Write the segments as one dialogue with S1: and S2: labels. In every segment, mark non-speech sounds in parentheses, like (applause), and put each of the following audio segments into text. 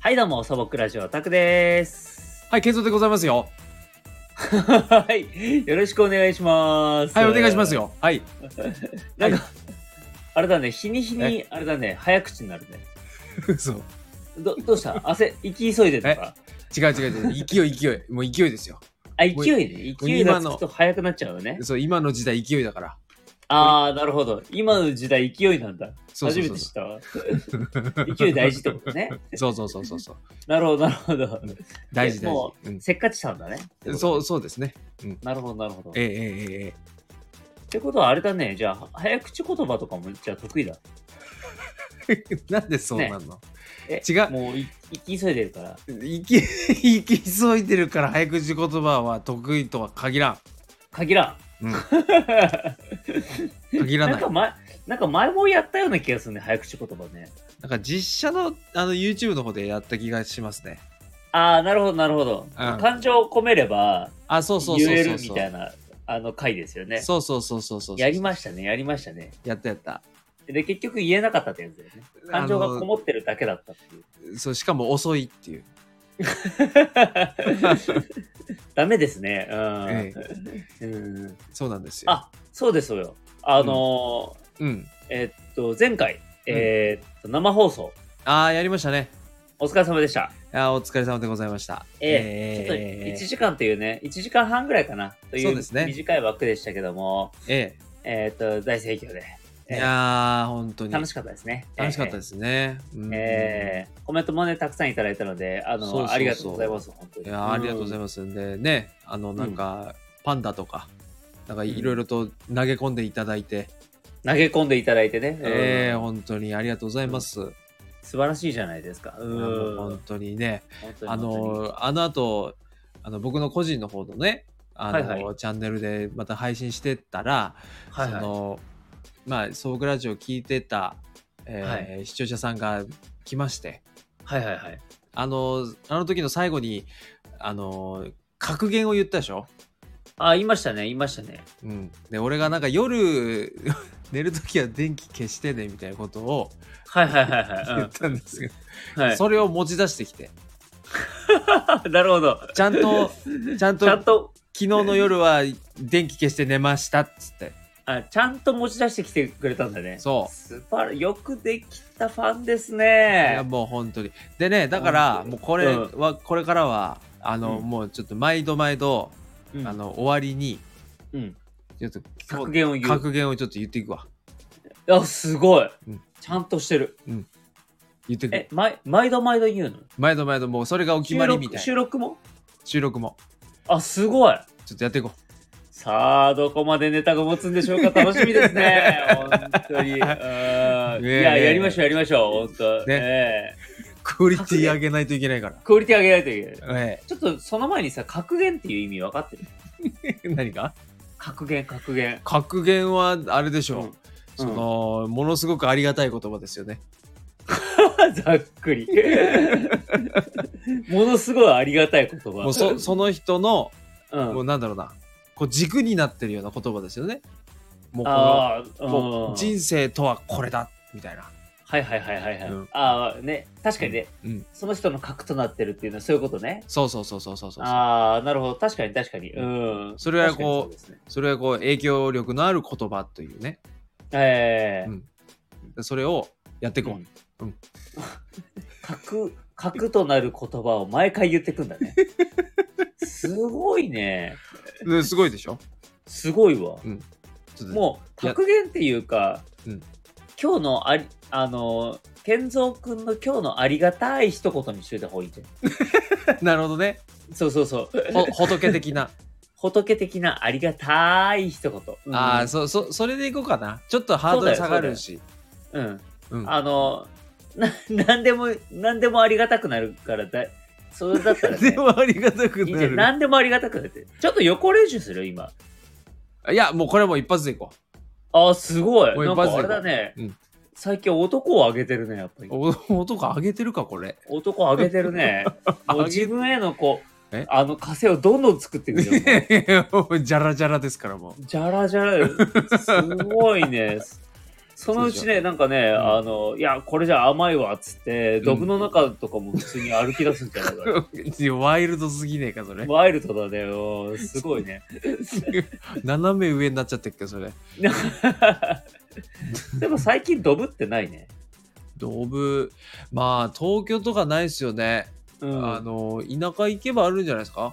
S1: はい、どうも、素朴ラジオ、タクです。
S2: はい、ケンゾーでございますよ。
S1: はい、よろしくお願いします。
S2: はい、お願いします。よ。
S1: (laughs)
S2: はい。
S1: なんか、あれだね、日に日に、あれだね、早口になるね。
S2: そう。
S1: どどうした汗、行き急いでとか。
S2: 違う違う違う。勢い勢い。もう勢いですよ。
S1: あ、勢いで、勢いがつくと早くなっちゃうよね。
S2: そう、今の時代勢いだから。
S1: あー、なるほど。今の時代、勢いなんだ。
S2: そう
S1: 初
S2: そう
S1: めて
S2: そう
S1: 知っ
S2: そ
S1: たわ。
S2: う。
S1: 勢い大事ってこと
S2: (laughs)
S1: ね。
S2: そうそうそうそうそう。
S1: なるほど、なるほど。
S2: 大事大
S1: も
S2: 事。
S1: せっかちさんだね。
S2: うん、そうそうですね。
S1: なるほど、なるほど。
S2: え
S1: っ
S2: えええええ。
S1: てことは、あれだね、じゃあ、早口言葉とかも、じゃあ得意だ。
S2: (laughs) なんでそうなんの、
S1: え
S2: 違う
S1: もう、い行き急いでるから。
S2: 行き行き急いでるから早口言葉は得意とは限ら
S1: 限らん。
S2: ん。うん、限ら
S1: な
S2: なんい。
S1: か前、なんか前もやったような気がするね、早口言葉ね。
S2: なんか実写のあの YouTube の方でやった気がしますね。
S1: ああ、なるほど、なるほど。感情を込めれば
S2: あ、そうそうそう
S1: 言
S2: そ
S1: え
S2: うそう。
S1: るみたいなあの回ですよね。
S2: そうそうそうそうそう。
S1: やりましたね、やりましたね。
S2: やったやった。
S1: で、結局言えなかったってやつだよね。感情がこもってるだけだったって
S2: (laughs)
S1: いう。
S2: そうしかも遅いって
S1: (laughs)
S2: いう、
S1: ダメですね。うん。
S2: え
S1: うん、
S2: そうなんですよ。
S1: あ、そうですそうよ。あのー
S2: うん。
S1: えっと、前回、えーっと、生放送、
S2: ああ、やりましたね。
S1: お疲れ様でした。
S2: あーお疲れ様でございました。
S1: ええ
S2: え
S1: ちょっと1時間というね、1時間半ぐらいかな、とい
S2: そううですね
S1: 短い枠でしたけども、
S2: え
S1: えっ、と、大盛況で、
S2: えいやー、本当に。
S1: 楽しかったですね。。
S2: 楽しかったですすね。うん
S1: えーコメントもね、たくさんいただいたので、あの、
S2: そうそうそう
S1: ありがとうございます、本当に。
S2: いやーありがとうござい
S1: ま
S2: ます。で、ね、あの、なんか、パンダとか、なんかいろいろと投げ込んでいただいて、
S1: す。投げ込んでいただいてね、
S2: ええ
S1: うん
S2: 本当にありがとうございます。
S1: 素晴らしいじゃないですか。う
S2: あ
S1: ん。
S2: の本当にね、
S1: 本当に
S2: あ
S1: 本
S2: の、あの後、あの僕の個人の方のね、あの、
S1: はいは
S2: チャンネルでまた配信してったら、
S1: 当にはいは
S2: そ
S1: い、
S2: のまあ総グラジオ聞いてた、えー視聴者さんが来まして
S1: はいはいはい。
S2: あのあの時の最後にあの格言を言ったでしょ、
S1: あ、言いましたね、言いましたね。
S2: うん、で俺がなんか夜 (laughs) 寝る時は電気消してねみたいなことを
S1: はいはいはい
S2: 言っ
S1: は
S2: たんですけど、
S1: い。はい、
S2: それを持ち出してきて
S1: (laughs) なるほど。
S2: ちゃん
S1: (laughs)
S2: とちゃんと
S1: ちゃん
S2: 昨
S1: と、
S2: 日の夜は電気消して寝ましたっつって
S1: あちゃんと持ち出してきてくれたんだね。
S2: そう
S1: 素晴らよくできたファンです
S2: いや
S1: ね。
S2: もう本当にでねだからもうこれは、これからはあの、
S1: うん
S2: もうちょっと毎度毎度、
S1: うん
S2: あ、の終わりに
S1: うん、
S2: ちょっと
S1: 格言を言う。
S2: 格言をちょっと言っていくわ
S1: あすごい、
S2: うん
S1: ちゃんとしてる
S2: 言っていく
S1: え毎毎度毎度言うの
S2: 毎度毎度もうそれがお決まりみたいな
S1: 収
S2: 収録
S1: 録収録も
S2: も
S1: あすごい
S2: ちょっとやっていこう
S1: さあどこまでネタが持つんでしょうか楽しみですね
S2: (laughs)
S1: 本当にうんいや
S2: え
S1: やりましょうやりましょう本当
S2: ね
S1: ええ
S2: クオリティ上げないといけないから
S1: クオリティ上げないといけない
S2: え
S1: ちょっとその前にさ格言っていう意味分かってる
S2: え
S1: (laughs)
S2: 何か
S1: 格言格
S2: (laughs)
S1: 言
S2: 格言はあれでしょう、
S1: うん
S2: その、ものすごくありがたい言葉ですよね
S1: ざっく
S2: (laughs)
S1: りものすごいありがたい言葉
S2: もうそその人の、
S1: うん
S2: もうなんだろうなこう軸になってるような言葉ですよねもうこの
S1: ああ
S2: も
S1: う
S2: うん人生とはこれだみたいな。
S1: はいはいはいはいはい、
S2: うん
S1: ああね確かにね、
S2: うん、
S1: その人の核となってるっていうのはそういうことね。
S2: そうそうそうそうそうそう。
S1: ああ、なるほど。確かに確かに。うん。
S2: それはこ
S1: 確かにそ
S2: う
S1: うですね
S2: それはこう影響力のある言葉というね。
S1: ええ
S2: それをやっていこう。
S1: うん
S2: うん
S1: 核、核となる言葉を毎回言ってくんだね。すごいね。
S2: うんす (laughs) ごいでしょ
S1: すごいわ。
S2: ちょっと
S1: もう、格言っていうか、
S2: うん
S1: 今日のあり、あの、健三くんの今日のありがたい一言にしといた方がいいんじゃな
S2: なるほどね。
S1: いそうそうそう。 (laughs)
S2: ほ仏的な。
S1: 仏的なありがたい一言。うん
S2: ああ、そそそれでいこうかな。ちょっとハードル下がるし。
S1: うん。
S2: うん、
S1: あの、な、なんでも、なんでもありがたくなるからだ、それだったら、ね、
S2: (laughs) でもありがたく
S1: いい
S2: (laughs) な
S1: じゃん。
S2: る。
S1: なんでもありがたくなって。ちょっと横練習する今。
S2: いや、もうこれもう一発でいこ
S1: あー、すごい。
S2: おい
S1: なんか
S2: バズる
S1: あれだね。
S2: うん
S1: 最近男を上げてるね、やっぱり
S2: (laughs) う。。お音が上げてるか、これ。
S1: 男を上げてるね。
S2: (laughs)
S1: もう
S2: 上げ
S1: 自分へのこう
S2: え、
S1: あの、枷をどんどん作っていくじゃん。
S2: (laughs)
S1: もう
S2: じゃらじゃらですから、もう。
S1: じゃらじゃら。すごいね。そのうち
S2: そ
S1: ね、なんかね、
S2: ん
S1: あの、いや、これじゃ甘いわ、っつって、毒の中とかも普通に歩き出すんじゃないか (laughs) な。
S2: (laughs) ワイルドすぎねえかそれ
S1: ワイルドだね、うんすごいね。
S2: 斜め上になっちゃってっけそれ
S1: でも最近ドブってないね。
S2: 動物まあ東京とかないっすよね、
S1: うん、
S2: あの田舎行けばあるんじゃないですか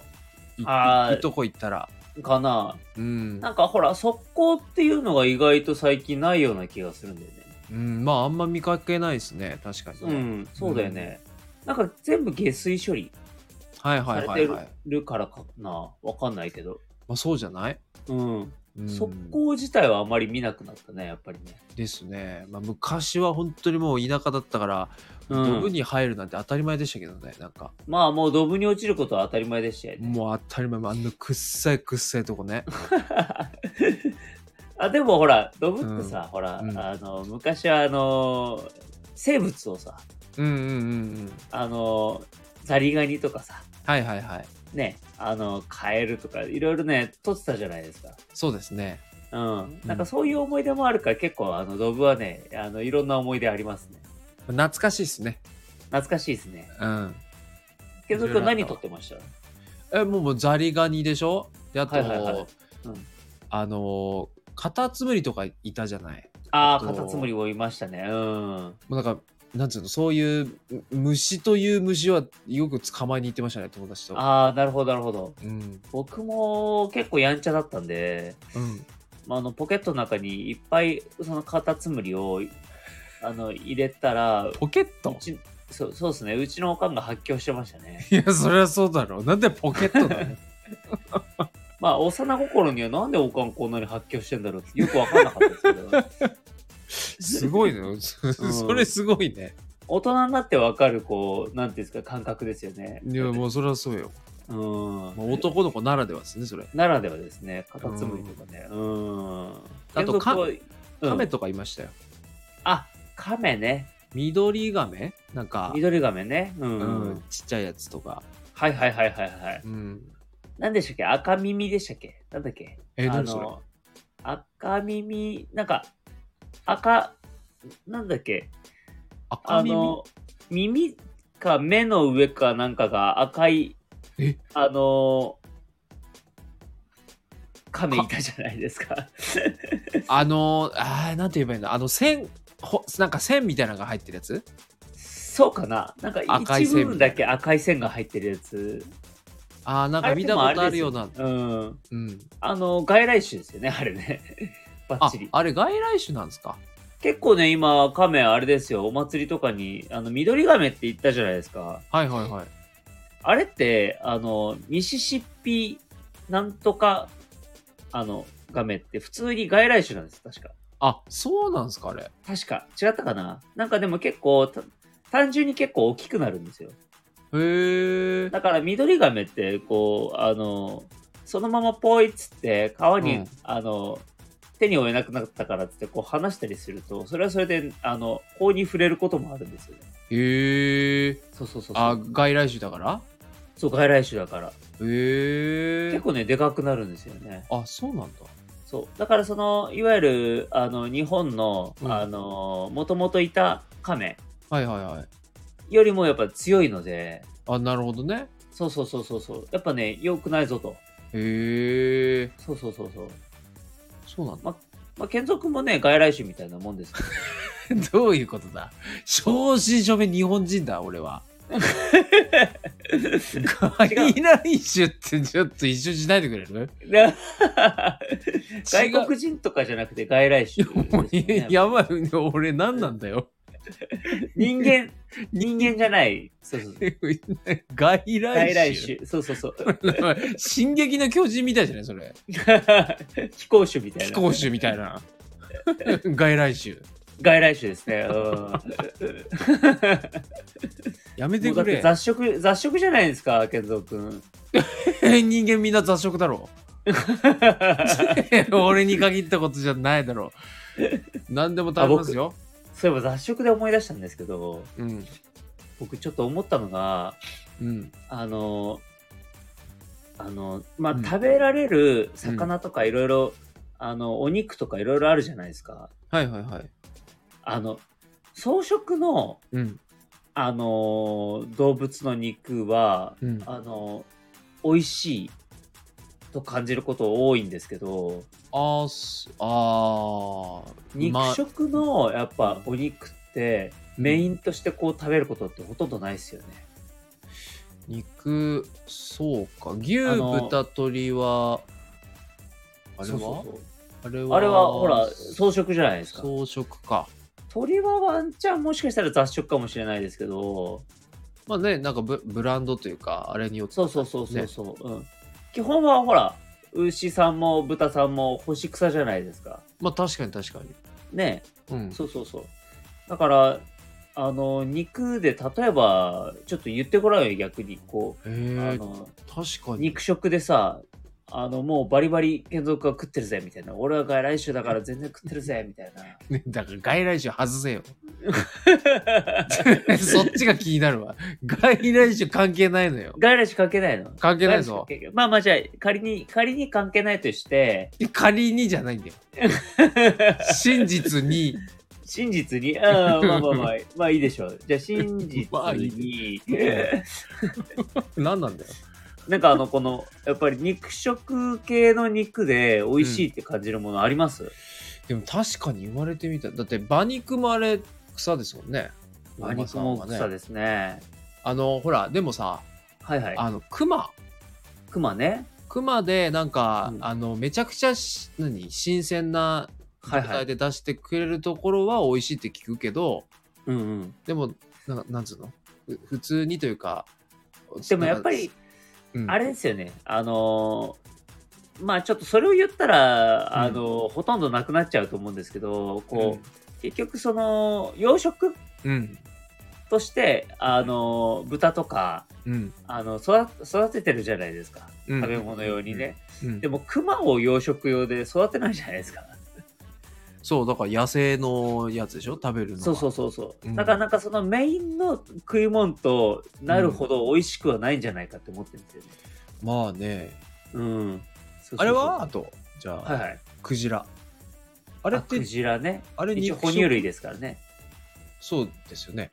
S2: い
S1: あー
S2: 行くとこ行ったら
S1: かな。
S2: うん
S1: なんかほら、速攻っていうのが意外と最近ないような気がするんだよね。
S2: うん、まああんま見かけないですね確かに、
S1: う
S2: ね
S1: ん、そうだよね。なんか全部下水処理
S2: はい
S1: さ
S2: はい
S1: れ
S2: は
S1: て
S2: いはい、
S1: るからかな。わかんないけど。
S2: まあ、そうじゃない、
S1: うん。
S2: うん、
S1: 速攻自体はあまり見なくなったね、やっぱりね。
S2: ですね、まあ、昔は本当にもう田舎だったから、
S1: うん
S2: ドブに入るなんて当たり前でしたけどねなんか
S1: まあもうドブに落ちることは当たり前でしたよね。
S2: もう当たり前あんなくっさいくっさいと
S1: (laughs)
S2: こね
S1: あでもほら、ドブってさ、ほら、
S2: うん
S1: あの昔はあの生物をさ、
S2: うんうんうんうん
S1: あのザリガニとかさ、
S2: はいはいはい
S1: ね、あのカエルとかいろいろね、取ってたじゃないですか。
S2: そうですね
S1: うん、なんかそういう思い出もあるから結構あのドブはねあのいろんな思い出ありますね
S2: 懐かしいですね
S1: 懐かしいですね
S2: うん
S1: ケンゾー
S2: いろ
S1: 君
S2: い
S1: 何
S2: ろあった
S1: 撮ってました
S2: えもうもうザリガニでしょであと、
S1: はいはいはいうん
S2: あのーカタツムリとかいたじゃない
S1: ああ
S2: えっ
S1: カ
S2: と
S1: タツムリもいましたねうん
S2: もうなんかなんつうのそういうむ虫という虫はよく捕まえに行ってましたね友達と
S1: ああなるほどなるほど
S2: うん
S1: 僕も結構やんちゃだったんで、
S2: うん
S1: まあ、あのポケットの中にいっぱいそのカタツムリをあの入れたらう
S2: ポケット
S1: ちそうそうですねうちのおかんが発狂してましたね (laughs)
S2: いやそりゃそうだろうなんでポケットだ (laughs) よ
S1: まあ幼心にはなんでおかんこんなに発狂してんだろうってよく分かんなかったですけど
S2: (laughs) すごいねそれすごいね
S1: 大人になってわかるこうなんていうんですか感覚ですよね
S2: いやもうそれはそうよ、
S1: うん
S2: まあ、男の子ならではですねそれ
S1: ならではですねカタツムリとかねうん
S2: あとカ
S1: メ、
S2: カメ
S1: うん
S2: とかいましたよ、
S1: あカメね
S2: 緑ガメなんか、
S1: 緑ガメねう、
S2: うんん、ちっちゃいやつとか、
S1: はいはいはいはいはい
S2: うん、
S1: 何でしたっけ赤耳でしたっけなんだっけ
S2: え
S1: あ
S2: 何それ
S1: の赤耳なんか赤なんだっけ
S2: 赤
S1: あ
S2: 耳
S1: の耳か目の上かなんかが赤い
S2: え
S1: あの亀いたじゃないです
S2: (laughs)
S1: か
S2: あのあーなんて言えばいいんだあの線ほなんか線みたいなのが入ってるやつ
S1: そうかななんか
S2: 赤い
S1: 一
S2: 線
S1: 部分だけ赤い線が入ってるやつ
S2: あーな
S1: あ
S2: んか
S1: れ
S2: 見
S1: で
S2: た
S1: も
S2: ことあるような
S1: ですうん
S2: うん、
S1: あの外来種ですよねあれね (laughs) バッ
S2: あ
S1: チリ
S2: あれ外来種なんですか
S1: 結構ね今亀あれですよお祭りとかにあの緑亀って言ったじゃないですか
S2: はいはいはい
S1: あれって、あの、ミシシッピなんとか、あの、画面って普通に外来種なんです、確か。
S2: あそうなんですかあれ
S1: 確か。違ったかななんかでも結構、た単純に結構大きくなるんですよ。
S2: へえ
S1: だから、緑ガメって、こう、あの、そのままポイっつって、川に、
S2: うん
S1: あの、手に負えなくなったからっつって、こう離したりすると、それはそれで、あの、法に触れることもあるんですよね。
S2: へえ
S1: そうそうそうそ
S2: あ
S1: う。
S2: 外来種だから
S1: そう、外来種だから。
S2: へえ
S1: 結構ね、でかくなるんですよね。
S2: あそうなんだ
S1: そうだからそのいわゆるあの日本の
S2: うん
S1: もともといた亀
S2: はいはいはい
S1: よりもやっぱ強いので
S2: あなるほどね
S1: そうそうそうそうそうやっぱね良くないぞと
S2: へえ
S1: そうそうそうそう
S2: そうなんだ (laughs)
S1: まあ健三君もね外来種みたいなもんですけ
S2: どういうことだ正真正銘日本人だ俺は外来種ってちょっと一緒にしないでくれる
S1: ど
S2: (laughs)
S1: 外国人とかじゃなくて外来種
S2: も
S1: で
S2: う
S1: すよね
S2: (laughs) やばい、俺何なん
S1: (laughs)
S2: だよ。
S1: 人
S2: (laughs)
S1: 間人間じゃないそうそうそう
S2: 外来種。
S1: 外来種そうそうそう (laughs)
S2: (laughs) 進撃の巨人みたいじゃないそれ。
S1: 飛行種みたい
S2: 飛
S1: な
S2: 行種みたいな。外来種。
S1: 外来種ですねうん
S2: やめて
S1: もうだ
S2: く
S1: って
S2: れ。
S1: 雑食雑食じゃないですか健三
S2: (laughs)
S1: 君
S2: 人間みんな雑食だろ。 (laughs) 俺に限ったことじゃないだろ。何でも食べますよ。
S1: そういえば雑食で思い出したんですけど
S2: うん。
S1: 僕ちょっと思ったのが
S2: うん。
S1: あのあのまあ、
S2: うん
S1: 食べられる魚とかいろいろあのお肉とかいろいろあるじゃないですか
S2: はいはいはい。
S1: あの、草食の、
S2: うん。
S1: あのー動物の肉は、
S2: うん。あ
S1: あのー美味しいと感じること多いんですけど、
S2: ーすあー。
S1: 肉
S2: まあ
S1: 食のやっぱお肉って、メインとしてこう食べることってほとんどないですよね。
S2: 肉、そうか。牛、
S1: あの
S2: 豚、鶏は、あれ
S1: そ
S2: は
S1: うそう
S2: あれ
S1: そう
S2: は
S1: あれはほら、草食じゃないですか。
S2: 装飾か。
S1: 鳥はワンチャンもしかしたら雑食かもしれないですけど、
S2: まあね、なんかブブランドというか、あれによって。
S1: そうそうそうそうそう、うん。基本はほら、牛さんも豚さんも干し草じゃないですか。
S2: まあ確かに確かに。
S1: ね
S2: うん。
S1: そうそうそう。だから、あの、肉で例えば、ちょっと言ってごらんよ、逆に。こ
S2: へ
S1: う、あ
S2: え、
S1: の、
S2: 確かに。
S1: 肉食でさ、あの、もうバリバリ健三君は食ってるぜ、みたいな。俺は外来種だから全然食ってるぜ、みたいな。
S2: ねだから外来種外
S1: (laughs)
S2: せよ。そっちが気になるわ。外来種関係ないのよ。
S1: 外来種関係ないの
S2: 関係ない
S1: 外来
S2: ぞ。
S1: 種関係まあまあじゃあ、仮に、仮に関係ないとして、
S2: 仮にじゃないんだ
S1: (laughs)
S2: よ。真実に。
S1: 真実に、あ
S2: (laughs)
S1: ーまあまあまあ、まあいいでしょう。じゃあ真実
S2: まあい
S1: に、
S2: 何なんだよ。
S1: (laughs) なんかあの、この、やっぱり肉食系の肉で美味しいって感じるものあります、
S2: でも確かに言われてみたら。だって馬肉もあれ草ですもんね。
S1: 馬肉も草
S2: ね。
S1: ですね。
S2: あの、ほら、でもさ、
S1: はいはい。
S2: あの、熊。
S1: 熊ね。
S2: 熊でなんか、
S1: うん
S2: あの、めちゃくちゃし、何、新鮮な
S1: はい
S2: 状
S1: は
S2: 態
S1: い。
S2: で出してくれるところは美味しいって聞くけど、
S1: うんうん。
S2: でも、なんかなんつうのふ普通にというか、
S1: でもやっぱり、
S2: うん
S1: あれですよね。あのーまあちょっとそれを言ったら、あのーほとんどなくなっちゃうと思うんですけど、こう、結局その、養殖
S2: うん、うん、
S1: として、あのー豚とか、
S2: うん、
S1: あの育育ててるじゃないですか。
S2: うん
S1: 食べ物用にね。
S2: うん
S1: でも、熊を養殖用で育てないじゃないですか。
S2: そう、だから野生のやつでしょ食べるのは。
S1: そうそうそうそう、
S2: うん
S1: だからなんかそのメインの食い物となるほど美味しくはないんじゃないかって思ってるんですよね。
S2: まあね。
S1: うん。そうそうそう
S2: あれはあと、じゃあ、
S1: はいはい。
S2: クジラ。あ
S1: あ
S2: れって
S1: ク、ジラね。
S2: あれ
S1: 一応
S2: 肉
S1: 哺乳類ですからね。
S2: そうですよね。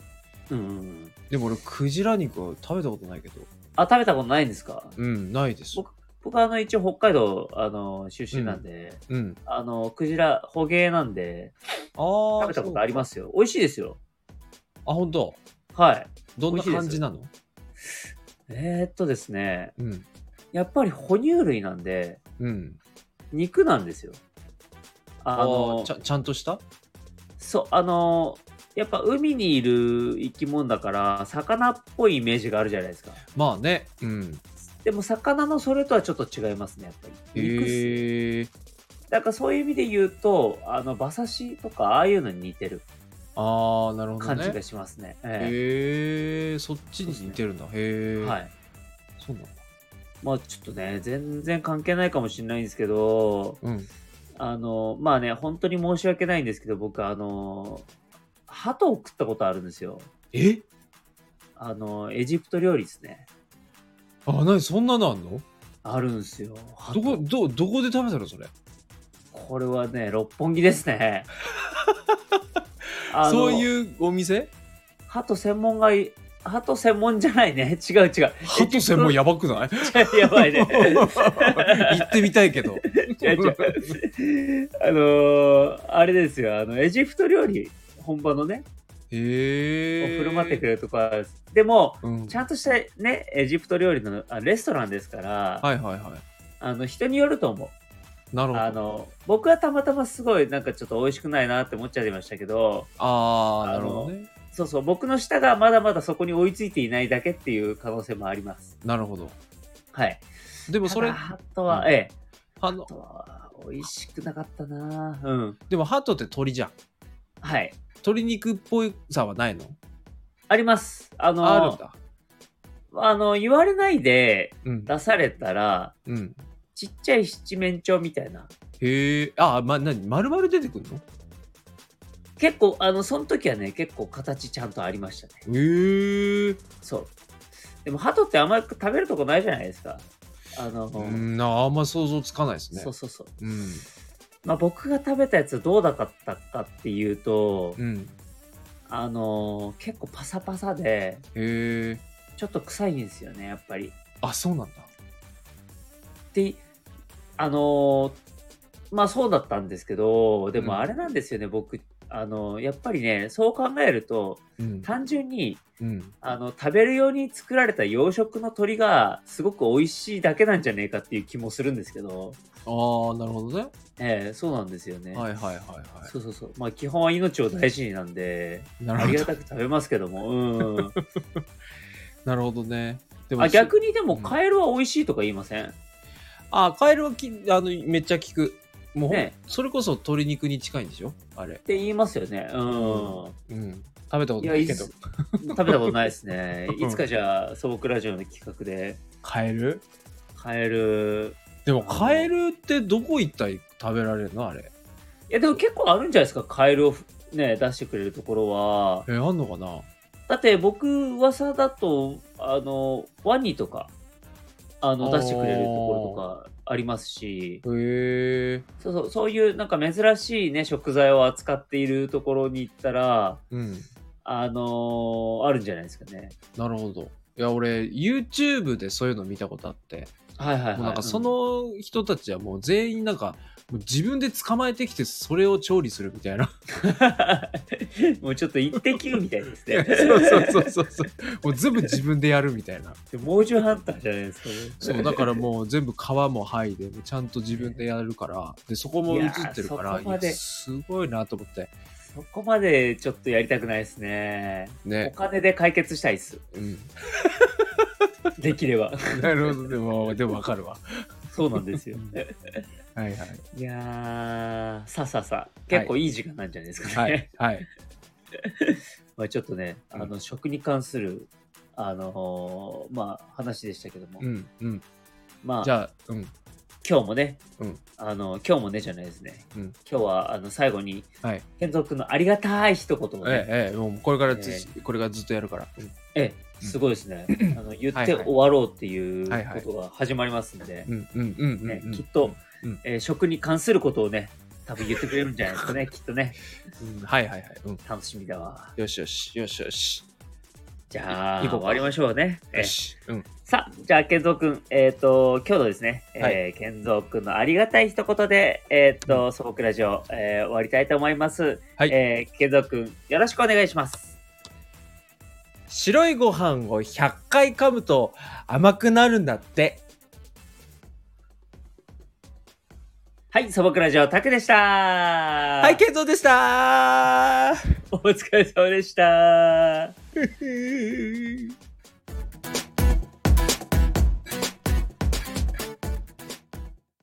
S1: うんうんうん。
S2: でも俺、クジラ肉は食べたことないけど。
S1: あ、食べたことないんですか
S2: うん、ないです。
S1: 僕僕はあの一応北海道あの出身なんで、
S2: うん。
S1: あのクジラ捕鯨なんで
S2: ああ。。
S1: 食べたことありますすよ。美味しいですよ。
S2: あ、本当
S1: はい。
S2: どんな
S1: 美味しいです
S2: 感じなの
S1: えー、っとですね、
S2: うん。
S1: やっぱり哺乳類なんで
S2: うん。
S1: 肉なんですよ。
S2: あ
S1: あ
S2: のちゃ、ちゃんとした
S1: そう、あのーやっぱ海にいる生き物だから、魚っぽいイメージがあるじゃないですか。
S2: まあね。うん。
S1: でも、魚のそれとはちょっと違いますね、やっぱり。肉っす
S2: へえ。
S1: だからそういう意味で言うと、あの、馬刺しとか、ああいうのに似てる
S2: ああ、なるほど
S1: 感
S2: ね。
S1: じがしますね。え
S2: へえ、そっちに似てるんだ。へ
S1: え
S2: え。
S1: はい。
S2: そうなんだ。
S1: まあ、ちょっとね、全然関係ないかもしれないんですけど、
S2: うん。
S1: あの、まあね、本当に申し訳ないんですけど、僕、あの、鳩を食ったことあるんですよ。
S2: え
S1: あの、エジプト料理ですね。
S2: あ、なにそんなのあんの
S1: あるんですよ。鳩
S2: どこ、ど、どこで食べたのそれ。
S1: これはね、六本木です
S2: (laughs)
S1: ね。あの
S2: そういうお店
S1: 鳩専門がい、鳩専門じゃないね。違う違う。
S2: ハトセもやばくない
S1: やばいね。
S2: (laughs) 行ってみたいけ
S1: 違
S2: ど。
S1: う違う。あのーあれですよ。あの、エジプト料理、本場のね、を
S2: へえ。
S1: 振る舞ってく
S2: れ。
S1: れるとかです。でも、
S2: うん。
S1: ちゃんとしたね、エジプト料理のあレストランですから、
S2: はいはいはい。
S1: あの、人によると思う。
S2: なるほど。
S1: あ
S2: あ
S1: の、僕はたまたますごいなんかちょっと美味しくないなって思っちゃいましたけど、
S2: あー、なるほどね。
S1: そうそう、僕の舌がまだまだそこに追いついていないだけっていう可能性もあります。
S2: なるほど。
S1: はい。
S2: でもそれ、
S1: ただハトは、
S2: うん
S1: ええ、
S2: あの
S1: ハ、トは美味しくなかったなぁうん。
S2: でもハトって鳥じゃん。
S1: はい。
S2: 鶏肉っぽいさはないの
S1: あります。あの、
S2: あるんだ。
S1: あの言われないで
S2: うん。
S1: 出されたら、
S2: うん。
S1: ちっちゃい七面鳥みたいな。
S2: へえ。あ、ま、なに丸々出てくるの
S1: 結構、あの、その時はね、結構形ちゃんとありましたね。
S2: へえ。
S1: そう。でも、ハトってあんまり食べるとこないじゃないですか。あの、
S2: うん、なあんま想像つかないですね
S1: そう。そうそう。
S2: うん。
S1: まあ、僕が食べたやつどうだったかっていうと、
S2: うん。
S1: あの結構パサパサで
S2: へえ。
S1: ちょっと臭いんですよねやっぱり。
S2: あ、そうなんだ。
S1: であのまあそうだったんですけどで
S2: うん
S1: もあれなんですよね、僕あのやっぱりねそう考えると
S2: うん。
S1: 単純に
S2: うん。
S1: あの食べるように作られた養殖の鳥がすごく美味しいだけなんじゃねえかっていう気もするんですけど、
S2: ああ、なるほどね。
S1: ええそうなんですよね。
S2: はいはいはいは
S1: そうそうそうまあ基本は命を大事になんで
S2: い。な
S1: あ
S2: る
S1: り
S2: ほ
S1: が
S2: ど。
S1: たく食べますけども、
S2: (laughs)
S1: うん、
S2: なるほどね。で
S1: あ
S2: に
S1: 逆にでも
S2: うん
S1: カエルは美味しいとか言いません、
S2: あ、カエルはきあのめっちゃ効く。もう、
S1: ね
S2: それこそ鶏肉に近いんでしょあれ
S1: っ。て言いますよね。うん。
S2: うん。食べたこと
S1: い
S2: な
S1: や、
S2: い
S1: い
S2: け
S1: つ
S2: ど。
S1: 食。べたことないですね
S2: (laughs)
S1: いつかじゃあ、素朴ラジオの企画で、
S2: カエル
S1: カエル。
S2: でもカエルってどこ一体食べられるのあれ。
S1: いや、でも結構あるんじゃないですか、カエルをね、出してくれるところは。
S2: え、あんのかな
S1: だって僕、噂だと、あの、ワニとか、あの、
S2: あー
S1: 出してくれるところとかありますし、
S2: へえ。
S1: そうそう、そういうなんか珍しいね、食材を扱っているところに行ったら、
S2: うん。
S1: あのーあるんじゃないですかね。
S2: なるほど。いや、俺、YouTube でそういうの見たことあって、
S1: はいはいはい。
S2: もうなんか
S1: う
S2: その人たちはもう全員なんか、もう自分で捕まえてきてそれを調理するみたいな。
S1: もうちょっと一滴みたいですね。
S2: そうそうそうそうそう。もう全部自分でやるみたいな。
S1: で猛獣ハンターじゃないですか、ね。
S2: そう、だからもう全部皮も剥いで、ちゃんと自分でやるから、で、そこも映ってるか
S1: いやー
S2: ら、
S1: そこまで
S2: いやすごいなと思って。
S1: そこまでちょっとやりたくないですね。お
S2: ね。
S1: 金で解決したいっす。
S2: うん。 (laughs)
S1: できれば。
S2: なるほど、でも、でもわかるわ。
S1: そうなんですよ。
S2: はいはい。
S1: (laughs) いやー、さあさあさあ、結構いい時間なんじゃないですかね。
S2: はい。はい。
S1: (laughs) まあちょっとね、
S2: うん
S1: あの、食に関する、あのーまあ話でしたけども、
S2: (laughs) うん、うん。
S1: まあ
S2: じゃあ、うん。
S1: 今日もね、
S2: うん
S1: あの、今日もねじゃないですね。
S2: うん
S1: 今日は、あの、最後に、
S2: はい。
S1: 健三君のありがたい一言をね、
S2: ええ、ええ、もうこれからず、
S1: え
S2: これからずっとやるから。
S1: え
S2: う
S1: え、
S2: ん
S1: すごいです
S2: (clears throat)
S1: ね。あの言っ
S2: はい
S1: て
S2: はい
S1: 終わろうっていう
S2: はいはい
S1: ことが始まりますんで
S2: う、ん、うん、うん、うん
S1: ね
S2: うん。
S1: きっと
S2: うん、
S1: えー食に関することをね、多分言ってくれるんじゃないですかね、きっとね。
S2: うん。はいはいはい。うん。
S1: 楽しみだわ。
S2: よしよし、よしよし。
S1: じゃあ、
S2: 行こう
S1: 終
S2: か
S1: わりましょうね。え
S2: よ
S1: え
S2: し。うん。
S1: さあ、じゃあ、健三くん、えっと、今日のですね、
S2: は
S1: えー健三くんのありがたい一言で、えっと、素朴ラジオ、えー終わりたいと思います。
S2: はい
S1: えー。健三くん、よろしくお願いします。
S2: 白いご飯を100回噛むと甘くなるんだって。
S1: はい、素朴ラジオ、タクでした。は
S2: はい、健三でした
S1: (laughs) お疲れ様でした。
S2: ー